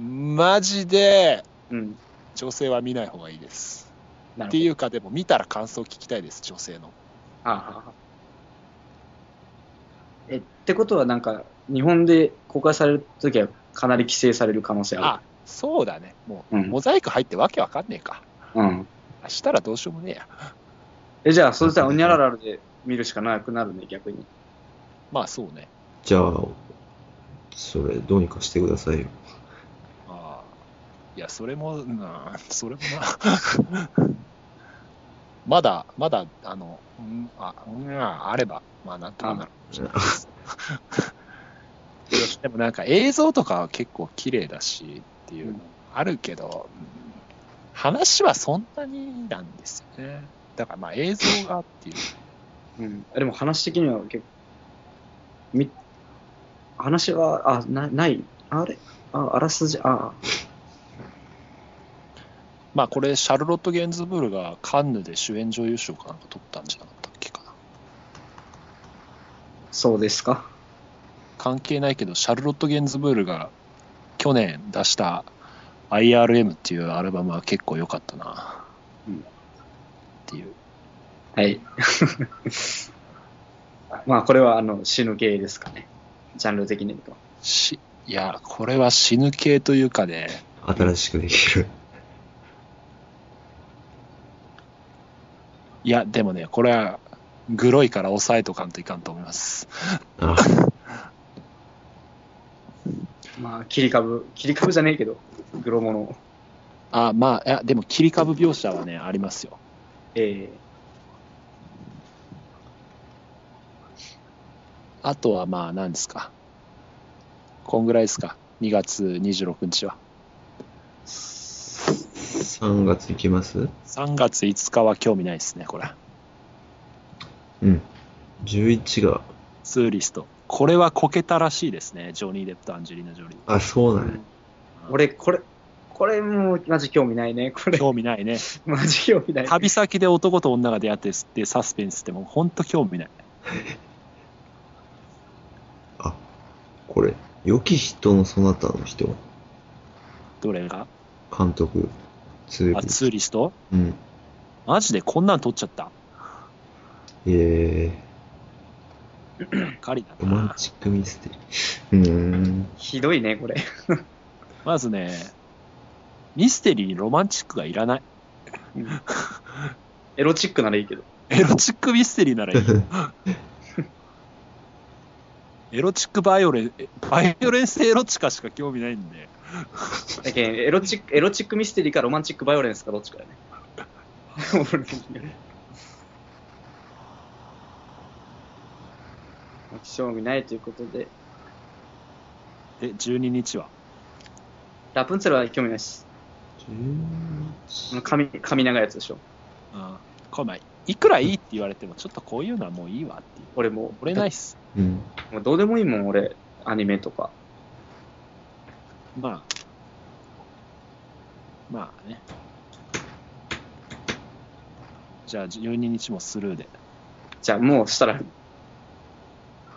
D: ん。
F: マジで、
D: うん。
F: 女性は見ない方がいいです。
D: なるほど
F: っていうか、でも見たら感想聞きたいです、女性の。
D: はあはあはあえ、ってことはなんか、日本で公開されるときはかなり規制される可能性あ
F: あ、そうだね。もう、
D: うん
F: モザイク入ってわけわかんねえか。
D: る。うん。
F: あしたらどうしようもねえや。
D: え、じゃあ、そしたら、うにゃらららで見るしかなくなるね、逆に。
F: まあそうね。
E: じゃあ、それ、どうにかしてくださいよ。
F: あーいや、それも、な それも な。まだ、まだ、あの、うんあ、うん、あれば、まあなんとかなる。 でもなんか映像とかは結構綺麗だしっていうのあるけど、うん話はそんなになんですよね。だからまあ映像がっていう。
D: うん、でも話的には結構、み話は、あ、なない、あれあ、あらすじ、あ、
F: まあこれ、シャルロット・ゲンズブールがカンヌで主演女優賞かなんか取ったんじゃなかったっけかな。
D: そうですか。
F: 関係ないけど、シャルロット・ゲンズブールが去年出した IRM っていうアルバムは結構良かったな。
D: うん
F: っていう。
D: はい。 まあ、これは、あの、死ぬ系ですかね。ジャンル的に言うと。
F: し、いや、これは死ぬ系というかね、
E: 新しくできる。
F: いや、でもね、これは、グロいから抑えとかんといかんと思います。
E: あ
D: まあ、切り株、切り株じゃねえけど、グロモノ。
F: あ、まあ、いや、でも、切り株描写はね、ありますよ。
D: え
F: あとは、まあ、何ですか。こんぐらいですか。2月26日は。
E: 3月行きます
F: 3月5日は興味ないですね、これ。
E: うん。11が、
F: ツーリスト。これはこけたらしいですね、ジョニー・デップとアンジェリーナ・ジョリ
E: あ、そう
D: え
E: なんや。
D: 俺、これ、これもう、マジ興味ないね。こ
F: ー。
D: れ、
F: 興味ないね。
D: マジ興味ない。
F: 旅先で男と女が出会ってってサスペンスってもうほんと興味ない。
E: あ、これ、良き人のそなたの人。
F: どれが
E: 監督、ツー
F: あ、
E: リス
F: ツーリスト
E: うん。
F: マジでこんなん撮っちゃった。
E: え
F: がっかり
E: ー、
F: だ
E: ロマン
F: な。
E: チックミステリー。う ーん。
D: ひどいね、これ。
F: まずね、ミステリーにロマンチックがいらない。
D: エロチックならいいけど。
F: エロチックミステリーならいい。 エロチックバイオレン、えバイオレンスエロチカしか興味ないんで。
D: だけんエロチック、エロチックミステリーかロマンチックバイオレンスかどっちかやね。興味ないということで、
F: え、12日は
D: ラプンツェルは興味ないし、あの髪、髪長いやつでしょ。
F: うん。これまあいくらいいって言われても、ちょっとこういうのはもういいわっていう。
D: 俺も
F: 俺ないっす。
E: うん。
D: う、もうどうでもいいもん、俺、アニメとか。
F: まあ。まあね。じゃあ12日もスルーで。
D: じゃあもうしたら、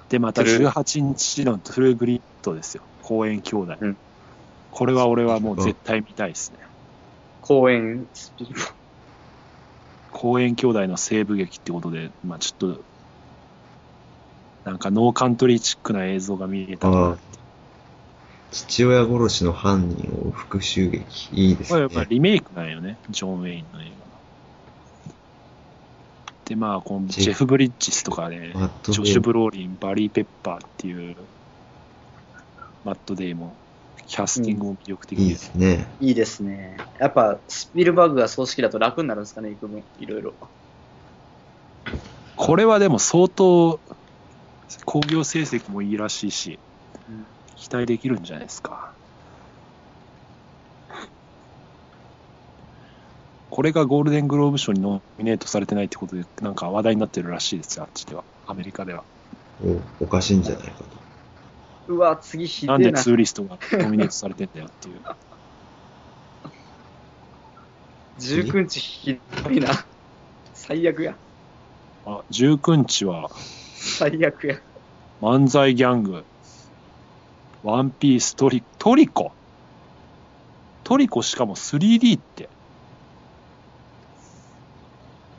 F: で、また
D: トゥルー
F: 18日のトゥルーグリッドですよ。公園兄弟。
D: うん
F: これは俺はもう絶対見たいですね。
D: 公演、
F: 公園兄弟の西部劇ってことで、まあちょっと、なんかノーカントリーチックな映像が見えた
E: あ
F: な
E: あ。父親殺しの犯人を復讐劇。いいです
F: これや
E: ね
F: っ。ぱリメイクなんよね、ジョン・ウェインの映画の。で、まあ、この
E: ジェ
F: ジェフ・ブリッジスとかね、
E: マッド
F: ジョシュ・ブローリン、バリー・ペッパーっていう、マット・デイモン、キャスティングも魅力的
E: いい
F: で。
E: ですすね。
D: いいですね。やっぱ、スピルバーグが葬式だと楽になるんですかね、いく分、いろいろ。
F: これはでも相当、興行成績もいいらしいし、
D: うん
F: 期待できるんじゃないですか。これがゴールデングローブ賞にノミネートされてないってことで、なんか話題になってるらしいですよ、あっちでは、アメリカでは。
E: おおかしいんじゃないかと。
D: うわ、次ひで
F: な
D: え
F: んで
D: な。
F: ツーリストがノミネートされてんだよっていう。
D: 19日ひどいな。最悪や。
F: あ19日は、
D: 最悪や。
F: 漫才ギャング、ワンピース、トリトリコ。トリコしかも 3D って。い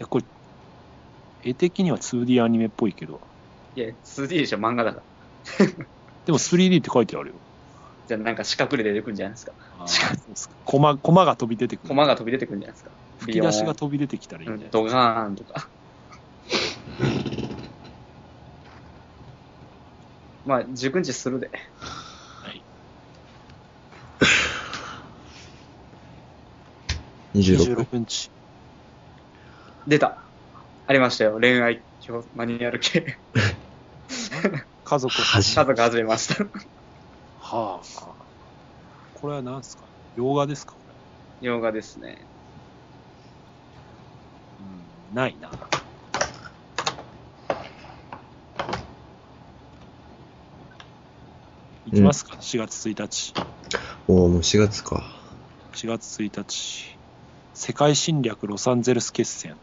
F: や、これ、絵的には 2D アニメっぽいけど、
D: いや、2D でしょ、漫画だから。
F: でも 3D って書いてあるよ。
D: じゃあなんか四角で出てくるんじゃないですか。
F: あーそうっすかコマコマが飛び出てくる。
D: 駒が飛び出てくるんじゃないですか。
F: 吹き出しが飛び出てきたらいい
D: うんん
F: じゃない
D: ドガーンとか。 まあ、19日するで。
E: 26。
F: 26日。
D: 出た。ありましたよ。恋愛教マニュアル系。
F: 家族。は
E: 初
D: 家族外れました。
F: あ。これは何すか洋画ですかこ
D: 洋画ですね。
F: れ、うん、ないな。いきますか、4月1日。
E: おお、もう4月か。
F: 4月1日。世界侵略ロサンゼルス決戦。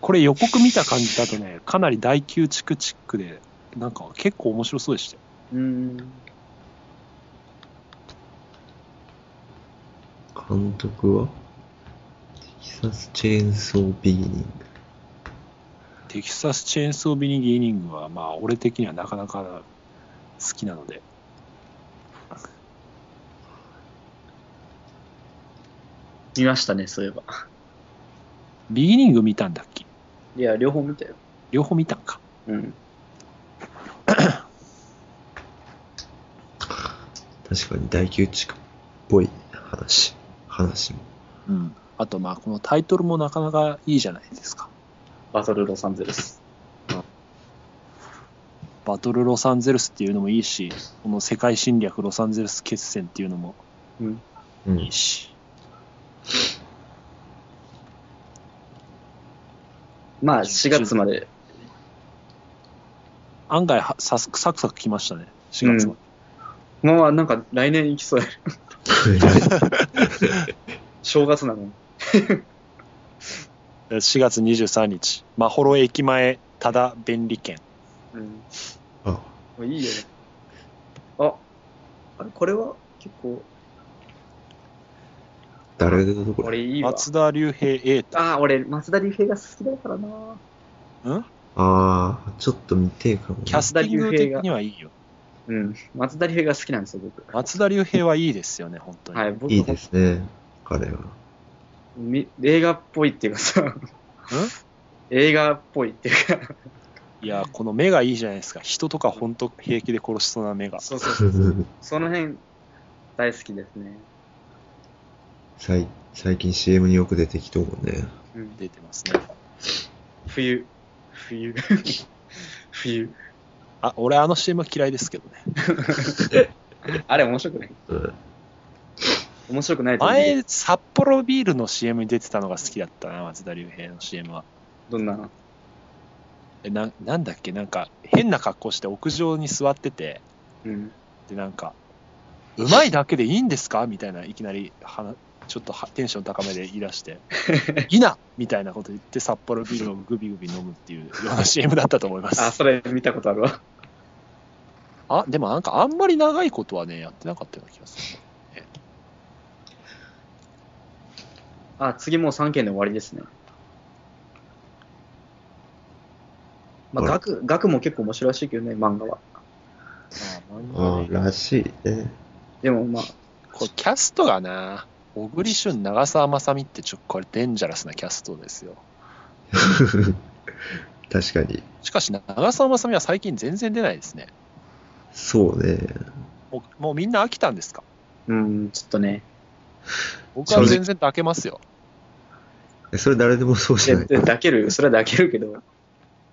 F: これ予告見た感じだとね、かなり大宮地区チックで、なんか結構面白そうでしたよ
D: うーん。
E: 監督はテキサス・チェーンソー・ビーニング。
F: テキサス・チェーンソー・ビニギーニングは、まあ、俺的にはなかなか好きなので。
D: 見ましたね、そういえば。
F: ビギニング見たんだっけ
D: いや、両方見たよ。
F: 両方見たんか。
D: うん。
E: 確かに大宮地区っぽい話。話も。
F: うん。あと、まあ、このタイトルもなかなかいいじゃないですか。
D: バトルロサンゼルス。
F: バトル・ロサンゼルスっていうのもいいし、この世界侵略ロサンゼルス決戦っていうのも
D: うん。
E: う
F: い
E: ん
F: い。し。
D: まあ、4月まで。
F: 案外はサス、サクサク来ましたね。4月は。
D: まあ、なんか来年行きそうや。正月なのに。
F: 4月23日、マホロ駅前、ただ便利券。
D: うん。
E: あ、
D: もういいよね。あ、あれこれは結構、
E: 誰が出たところ
D: 俺いいわ。
F: 松田龍平 A と。
D: ああ、俺、松田龍平が好きだからな。
E: ああ、ちょっと見てえかもな。
F: キャスティング的にはいいよ。
D: うん。松田龍平が好きなんですよ、僕。
F: 松田龍平はいいですよね、本当に。
D: はい、僕
E: いいですね、彼 は。
D: み映画っぽいっていうかさ、映画っぽいっていうか、
F: いや、この目がいいじゃないですか。人とか本当平気で殺しそうな目が。
D: そうそうそう。その辺、大好きですね。
E: 最最近 CM によく出てきとうもんね。
D: うん、
F: 出てますね。
D: 冬。冬。冬。
F: あ、俺あの CM 嫌いですけどね。
D: あれ面白くない
E: うん。
D: 面白くないと思うけど
F: 前、札幌ビールの CM に出てたのが好きだったな、松田龍平の CM は。
D: どんな。
F: えななんだっけ、なんか変な格好して屋上に座ってて、
D: うん。
F: で、なんか、うまいだけでいいんですかみたいな、いきなりはなちょっとはテンション高めで言い出 して、いいなみたいなこと言って、札幌ビールをグビグビ飲むっていうような CM だったと思いま
D: あ、
F: す。
D: それ見たことあるわ。
F: あ、でもなんかあんまり長いことはね、やってなかったような気がする。
D: あ、次もう3件で終わりですね。まあ、
E: あら
D: 学、学も結構面白いらしいけどね、漫画は。
F: まあ漫画
E: あ
F: ね
E: あ、らしいね。
D: でもまあ、
F: これキャストがな、小栗旬、長澤まさみってちょっとこれデンジャラスなキャストですよ。
E: 確かに。
F: しかし長澤まさみは最近全然出ないですね。
E: そうね。
F: もうもうみんな飽きたんですか
D: うん、ちょっとね。
F: 僕は全然抱けますよ。
E: えそれ誰でもそうじ
D: で
E: ゃない。
D: で抱ける、それは抱けるけど。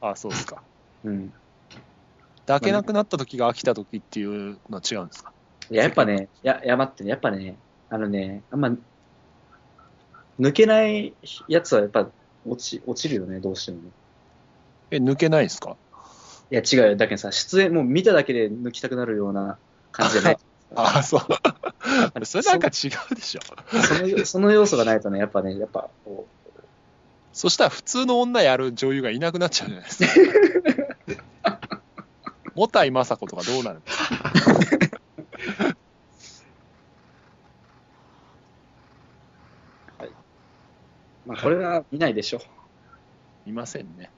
F: ああ、そうですか。
D: うん。
F: 抱けなくなった時が飽きた時っていうのは違うんですか
D: いや、やっぱね、いや、いや待ってね、やっぱね、あのね、あんま、抜けないやつはやっぱ落ち、落ちるよね、どうしてもね。
F: え、抜けないですか
D: いや、違うよ。だけどさ、出演、もう見ただけで抜きたくなるような感じじゃない。
F: ああ、 そう。それなんか違うでしょ。
D: その、その要素がないとね、やっぱね、やっぱ、こう
F: そしたら普通の女やる女優がいなくなっちゃうじゃないですか。 もたいまさことかどうなるんですか
D: まあ、これは見ないでしょ。
F: いませんね。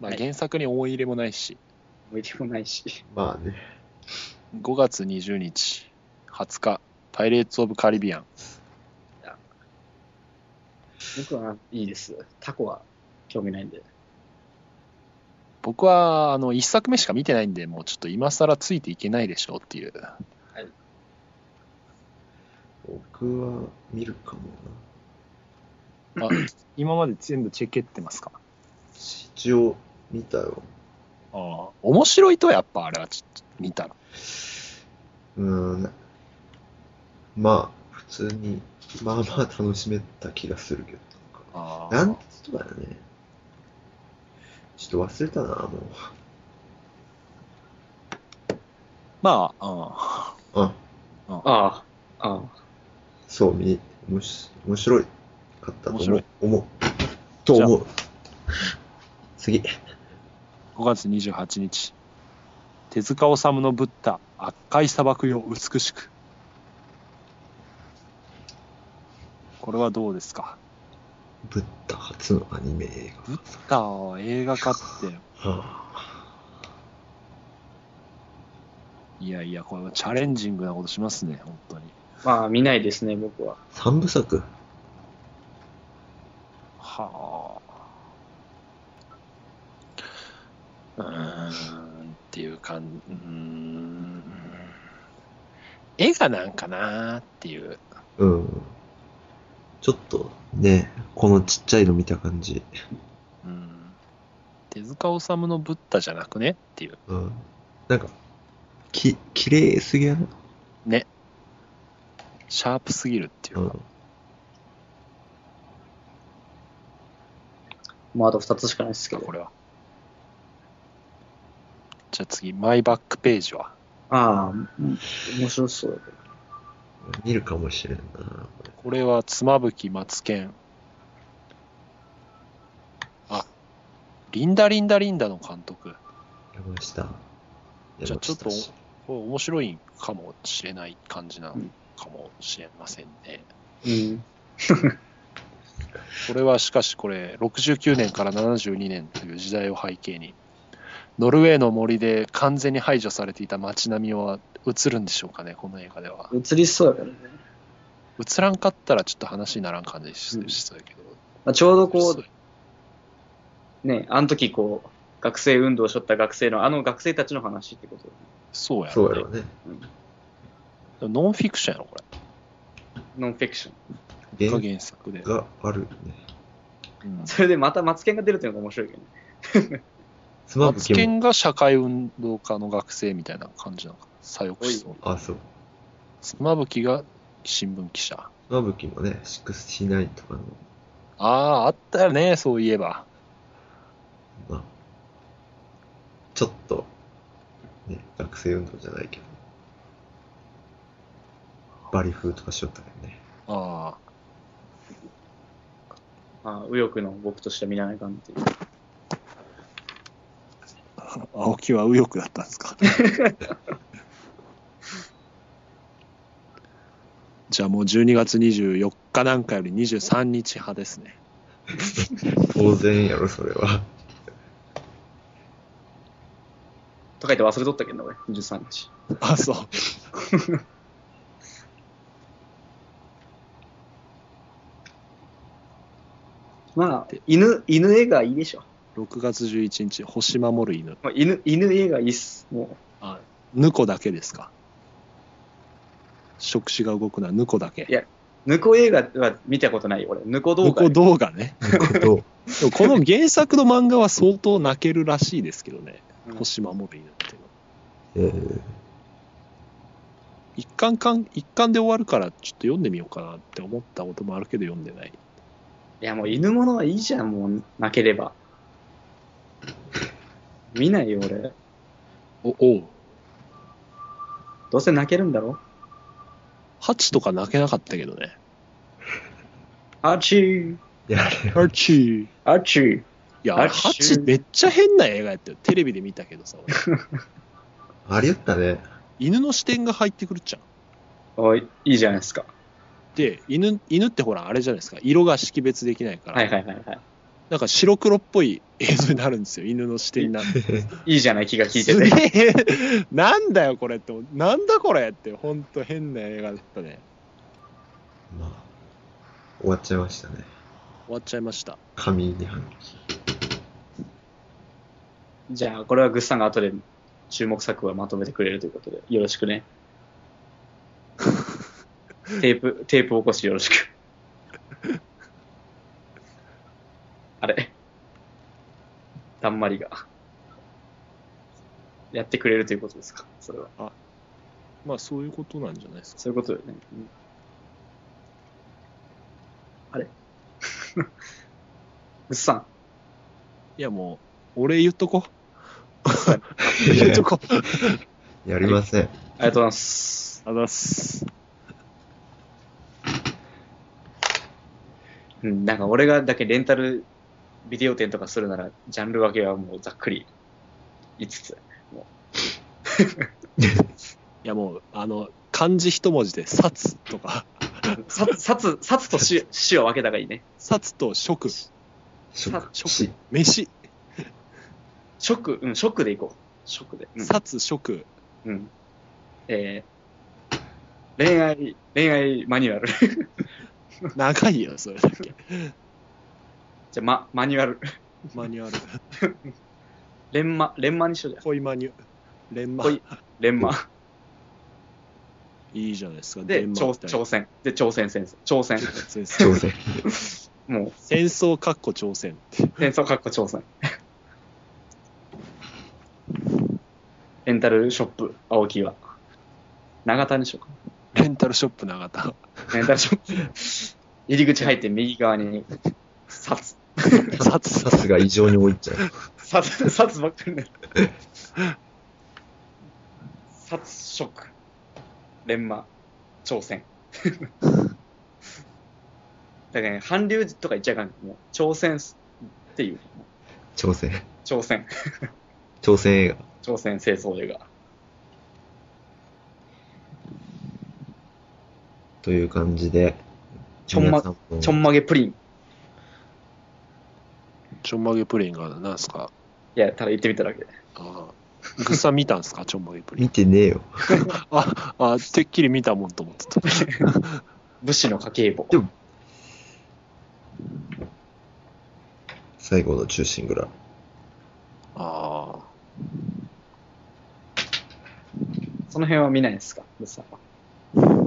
F: まあ
D: はい
F: 原作に思い入れもないし。
D: 向いてもないし。
E: まあね。
F: 5月20日、20日、パイレーツ・オブ・カリビアン。
D: 僕はいいです。タコは興味ないんで。
F: 僕は、あの、1作目しか見てないんで、もうちょっと今更ついていけないでしょうっていう。
E: 僕は見るかもな。
F: あ今まで全部チェケってますか
E: 一応見たよ。
F: ああ。面白いとやっぱあれはちょっと見たら。
E: うーん。まあ、普通に、まあまあ楽しめた気がするけど。
F: ああ
E: なんて人だよね。ちょっと忘れたな、もう。
F: まあ、
E: あ、
D: ああ、ああ。
E: そう、み、おもし、面白いかったと
F: 面
E: 思
F: 白
E: う
F: い。
E: 思う。と思う。次。
F: うん、5月28日。手塚治虫のブッダ、赤い砂漠よ、美しく。これはどうですか
E: ブッダ初のアニメ映
F: ブッダは映画化って、
E: 画。はあ、
F: いやいや、これはチャレンジングなことしますね、本当に。
D: まあ、見ないですね、僕は。
E: 三部作。
F: はあ。うーん、っていう感うーん。絵がなんかなーっていう。
E: うん。ちょっとね、このちっちゃいの見た感じ。
F: うん。手塚治虫のブッダじゃなくねっていう。
E: うん。なんか、き、綺麗すぎやな。
F: シャープすぎるっていううか。
E: ん。
D: もうあと2つしかないですけ
F: こ
D: ど。
F: れは。じゃあ次、マイバックページは。
D: ああ、うん面白そう。
E: 見るかもしれんな。
F: これは妻夫木松健。あ、リンダリンダリンダの監督。
E: 山下。
F: じゃあちょっと
E: 山下氏
F: これ面白いかもしれない感じなのかもしれませんね。
D: うん。
F: これはしかしこれ69年から72年という時代を背景にノルウェーの森で完全に排除されていた街並みは映るんでしょうかねこの映画では
D: 映りそうやからね。
F: 映らんかったらちょっと話にならん感じし
D: うん
F: そうやけど、
D: まあ、ちょうどこ
F: う
D: う、ね、あの時こう、学生運動をしょった学生の、あの学生たちの話ってこと。
F: そうや
E: そう
F: ね
E: やろね。
F: ノンフィクションやろこ
D: ノンフィクション。
F: れが
E: 原
F: 原作で、
E: 画があるね。
F: うん、
D: それでまたマツケンが出るっていうのが面白いけどね。
E: スマ
F: マ
E: ブ
F: ツケ
E: ケも。
F: ンが社会運動家の学生みたいな感じなのか左翼思想
E: あ、そう。
F: スマブキが新聞記者あ
E: スマブキもね、69とかの、
F: ああったよねそういえば
E: まあ、ちょっと、ね、学生運動じゃないけど、バリ風とかしよったけどね。
F: あ
D: まあ、右翼の僕としては見習いかんっていう。
F: あ青木は右翼だったんです かじゃあもう12月24日なんかより23日派ですね
E: 当然やろ、それ は。
D: とか言って忘れとったけどな、俺。23日。
F: あそう
D: まあ、犬、犬映画いいでしょ。
F: 6月11日星守る犬
D: まあ、犬、犬映画いいっす。も
F: ヌコだけですか触手が動くのはヌコだけ
D: いやう、ぬこ映画は見たことないよ、俺。ぬこ動
F: ヌ
D: 画
F: コ。動画ね
E: ことを、
F: でもこの原作の漫画は相当泣けるらしいですけどね
D: うん
F: 星守る犬っていうのは
E: えー、
F: 一巻巻一巻で終わるからちょっと読んでみようかなって思ったこともあるけど読んでない
D: いや、もう犬物はいいじゃん、もう、なければ。見ないよ、俺。
F: おおう
D: どうせ泣けるんだろ
F: ハチとか泣けなかったけどね
D: アーチー
E: やれよ。
F: ハチ
D: アーチー
F: いや
D: ハ
F: あれ
D: チ
F: ハチめっちゃ変な映画やったよテレビで見たけどさ俺
E: あれやったね。
F: 犬の視点が入ってくるじゃん
D: おい、いいじゃないですか。
F: で犬犬ってほらあれじゃないですか色が識別できないから、
D: はいはいはいは
F: なんか白黒っぽい映像になるんですよ犬の視点にな って
D: い。いいじゃない、気が利いて
F: す
D: て。
F: げえ、なんだよこれって、なんだこれって、ほんと変な映画だったね。
E: まあ、終わっちゃいましたね。
F: 終わっちゃいました。
E: 紙に反き。
D: じゃあ、これはグッさんが後で注目作をまとめてくれるということで、よろしくね。テープ、テープ起こしよろしく。あれだんまりが。やってくれるということですかそれは。
F: まあそういうことなんじゃないですか。
D: そういうことよね。うんあれ グッさん。
F: いやもう、俺言っとこ。 言っとこ。ありがとう
E: やりません。
D: ありがとうございます。
F: ございます。
D: うん、なんか俺がだけレンタルビデオ店とかするなら、ジャンル分けはもうざっくり5つ。
F: いやもう、あの、漢字一文字で、殺とか、
D: さ 殺、殺と死死を分けた方がいいね。
F: 殺と食、
E: 食
F: 食
E: し、
F: 飯、
D: 食、うん、食でいこう。食で。うん
F: 殺、食、
D: うん。えー、恋愛、恋愛マニュアル。 じ
F: 長いよ、それだけ。
D: ゃあ、ま、マニュアル。
F: マニュアル、
D: 連マ、連マにしようじゃ
F: 恋マニュ、連マ、
D: 恋ん。連マ。
F: いいじゃないですか。
D: で、
F: 連マ
D: 朝
F: みたい
D: 朝
F: な
D: 鮮。で、朝鮮戦争。朝鮮。
F: 戦争
E: 挑戦。
D: も
F: 戦争かっこ朝鮮。
D: う、戦争かっこ朝鮮。レンタルショップ、青木は。長田にしようか。
F: レンタルショップ長田。
D: ね、大丈夫。入り口入って右側に、札、
F: 殺
E: サスが異常に多いっちゃう。
D: 札、札ばっかりね。札食、連磨、朝鮮。だからね、韓流とか言っちゃいかんけど、もう朝鮮っていう、
E: 挑戦。
D: 朝鮮、
E: 挑戦映画。
D: 朝鮮清掃映画。
E: という感じで、
D: ちょんま
E: 皆さも
D: ちょんまげプリン。い
F: ちょんまげプリンが何すか
D: や、ただ言ってみただけで。
F: あーぐっさん見たんすかちょんまげプリン
E: 見。てねえよ。
F: ああ、てっきり見たもんと思ってた。
D: 武士の家計簿。
E: でも最後の中心ぐらい。
F: ああ、
D: その辺は見ないんですか武士さんは。
E: うん。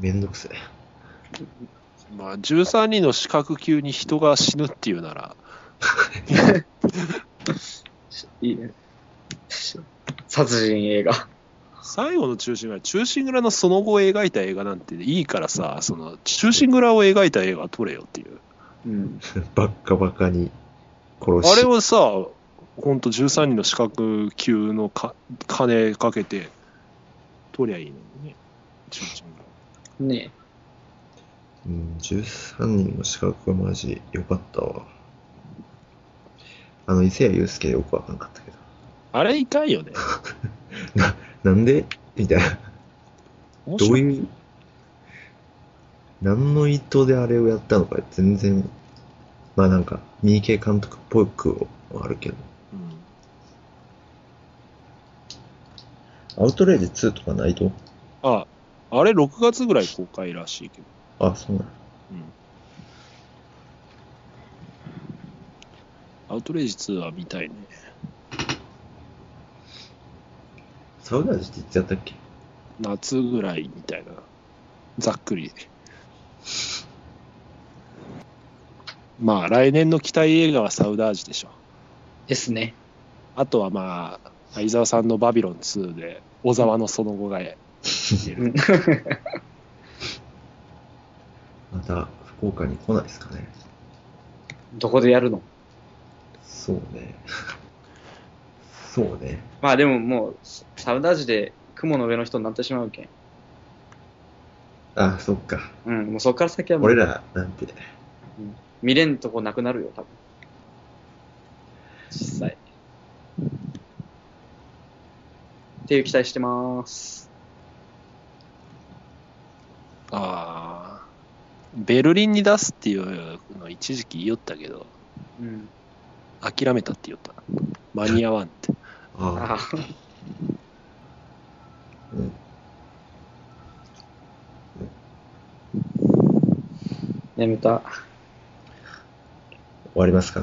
E: めんどくせえ。
F: まあ、13人の資格級に人が死ぬっていうなら、
D: いいね。殺人映画。
F: 最後の中心蔵中心蔵のその後を描いた映画なんていいからさ、その中心蔵を描いた映画撮れよっていう。
D: うん。
E: バッカバカに殺し。
F: あれをさ、ほんと13人の資格級のか金かけて撮りゃいいのにね、中心蔵。
D: ね
E: うん、13人の資格がマジ良かったわ。あの、伊勢谷友介よくわかんかったけど。
F: あれいかんよね。
E: なんでみたいな。
F: 面
E: ど
F: 白
E: う
F: い
E: いう、何の意図であれをやったのか全然、まあなんか、三池監督っぽくはあるけど。
F: うん
E: アウトレイジ2とかないと
F: あ、あれ6月ぐらい公開らしいけど。
E: あ、そうなの。
F: アウトレイジ2は見たいね。
E: サウダージって言っちゃったっけ
F: 夏ぐらいみたいな。ざっくり。まあ、来年の期待映画はサウダージでしょ。
D: ですね。
F: あとはまあ、相沢さんのバビロン2で、小沢のその後がえ。
E: また、福岡に来ないですかね。
D: どこでやるの
E: そうね。 そうね。
D: まあでももう、サウダージで雲の上の人になってしまうけん。
E: あ、そっか。
D: うん、もうそこから先はもう
E: 俺ら、なんて、
D: 見れんとこなくなるよ、多分。実際。っていう期待してます。
F: ああ。ベルリンに出すっていうの一時期言いよったけど、
D: うん。
F: 諦めたって言おった。間に合わんって。
E: ああ、
D: あ
E: うん。
D: 眠た。
E: 終わりますか。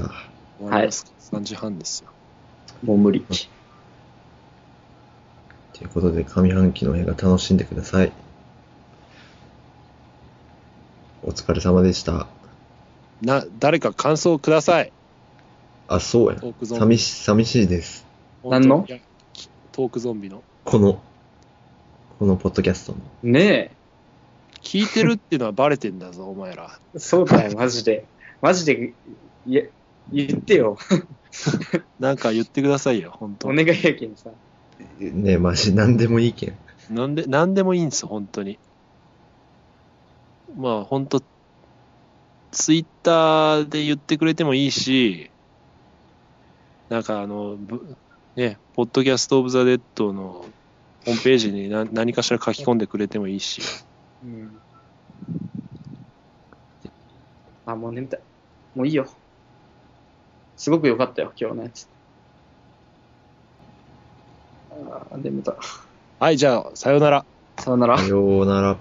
F: 終わりますか、3時半ですよ。
D: もう無理。
E: ということで、上半期の映画楽しんでください。お疲れ様でした。
F: な、誰か感想をください。
E: あ、そうや
F: ト。ークゾンビ。
E: 寂し、寂しいです。
D: 何の
F: いやトークゾンビの。
E: この、このポッドキャストの。
D: ね
F: 聞いてるっていうのはバレてんだぞ、 お前ら。
D: え。そうだよ、マジで。マジで、いや、言ってよ。
F: なんか言ってくださいよ、本当
D: お願いやけんさ。
E: ねえ、マジ、なんでもいいけん。
F: なんで、なんでもいいんです、本当に。まあ、本当ツイッターで言ってくれてもいいし、なんかあの、ぶね、ポッドキャストオブザ・デッドのホームページに何何かしら書き込んでくれてもいいし、
D: うん。あ、もう眠たい。もういいよ。すごく良かったよ、今日のやつ。あー眠た。
F: はい、じゃあ、さようなら。
D: さよなら
E: さ。ようなら。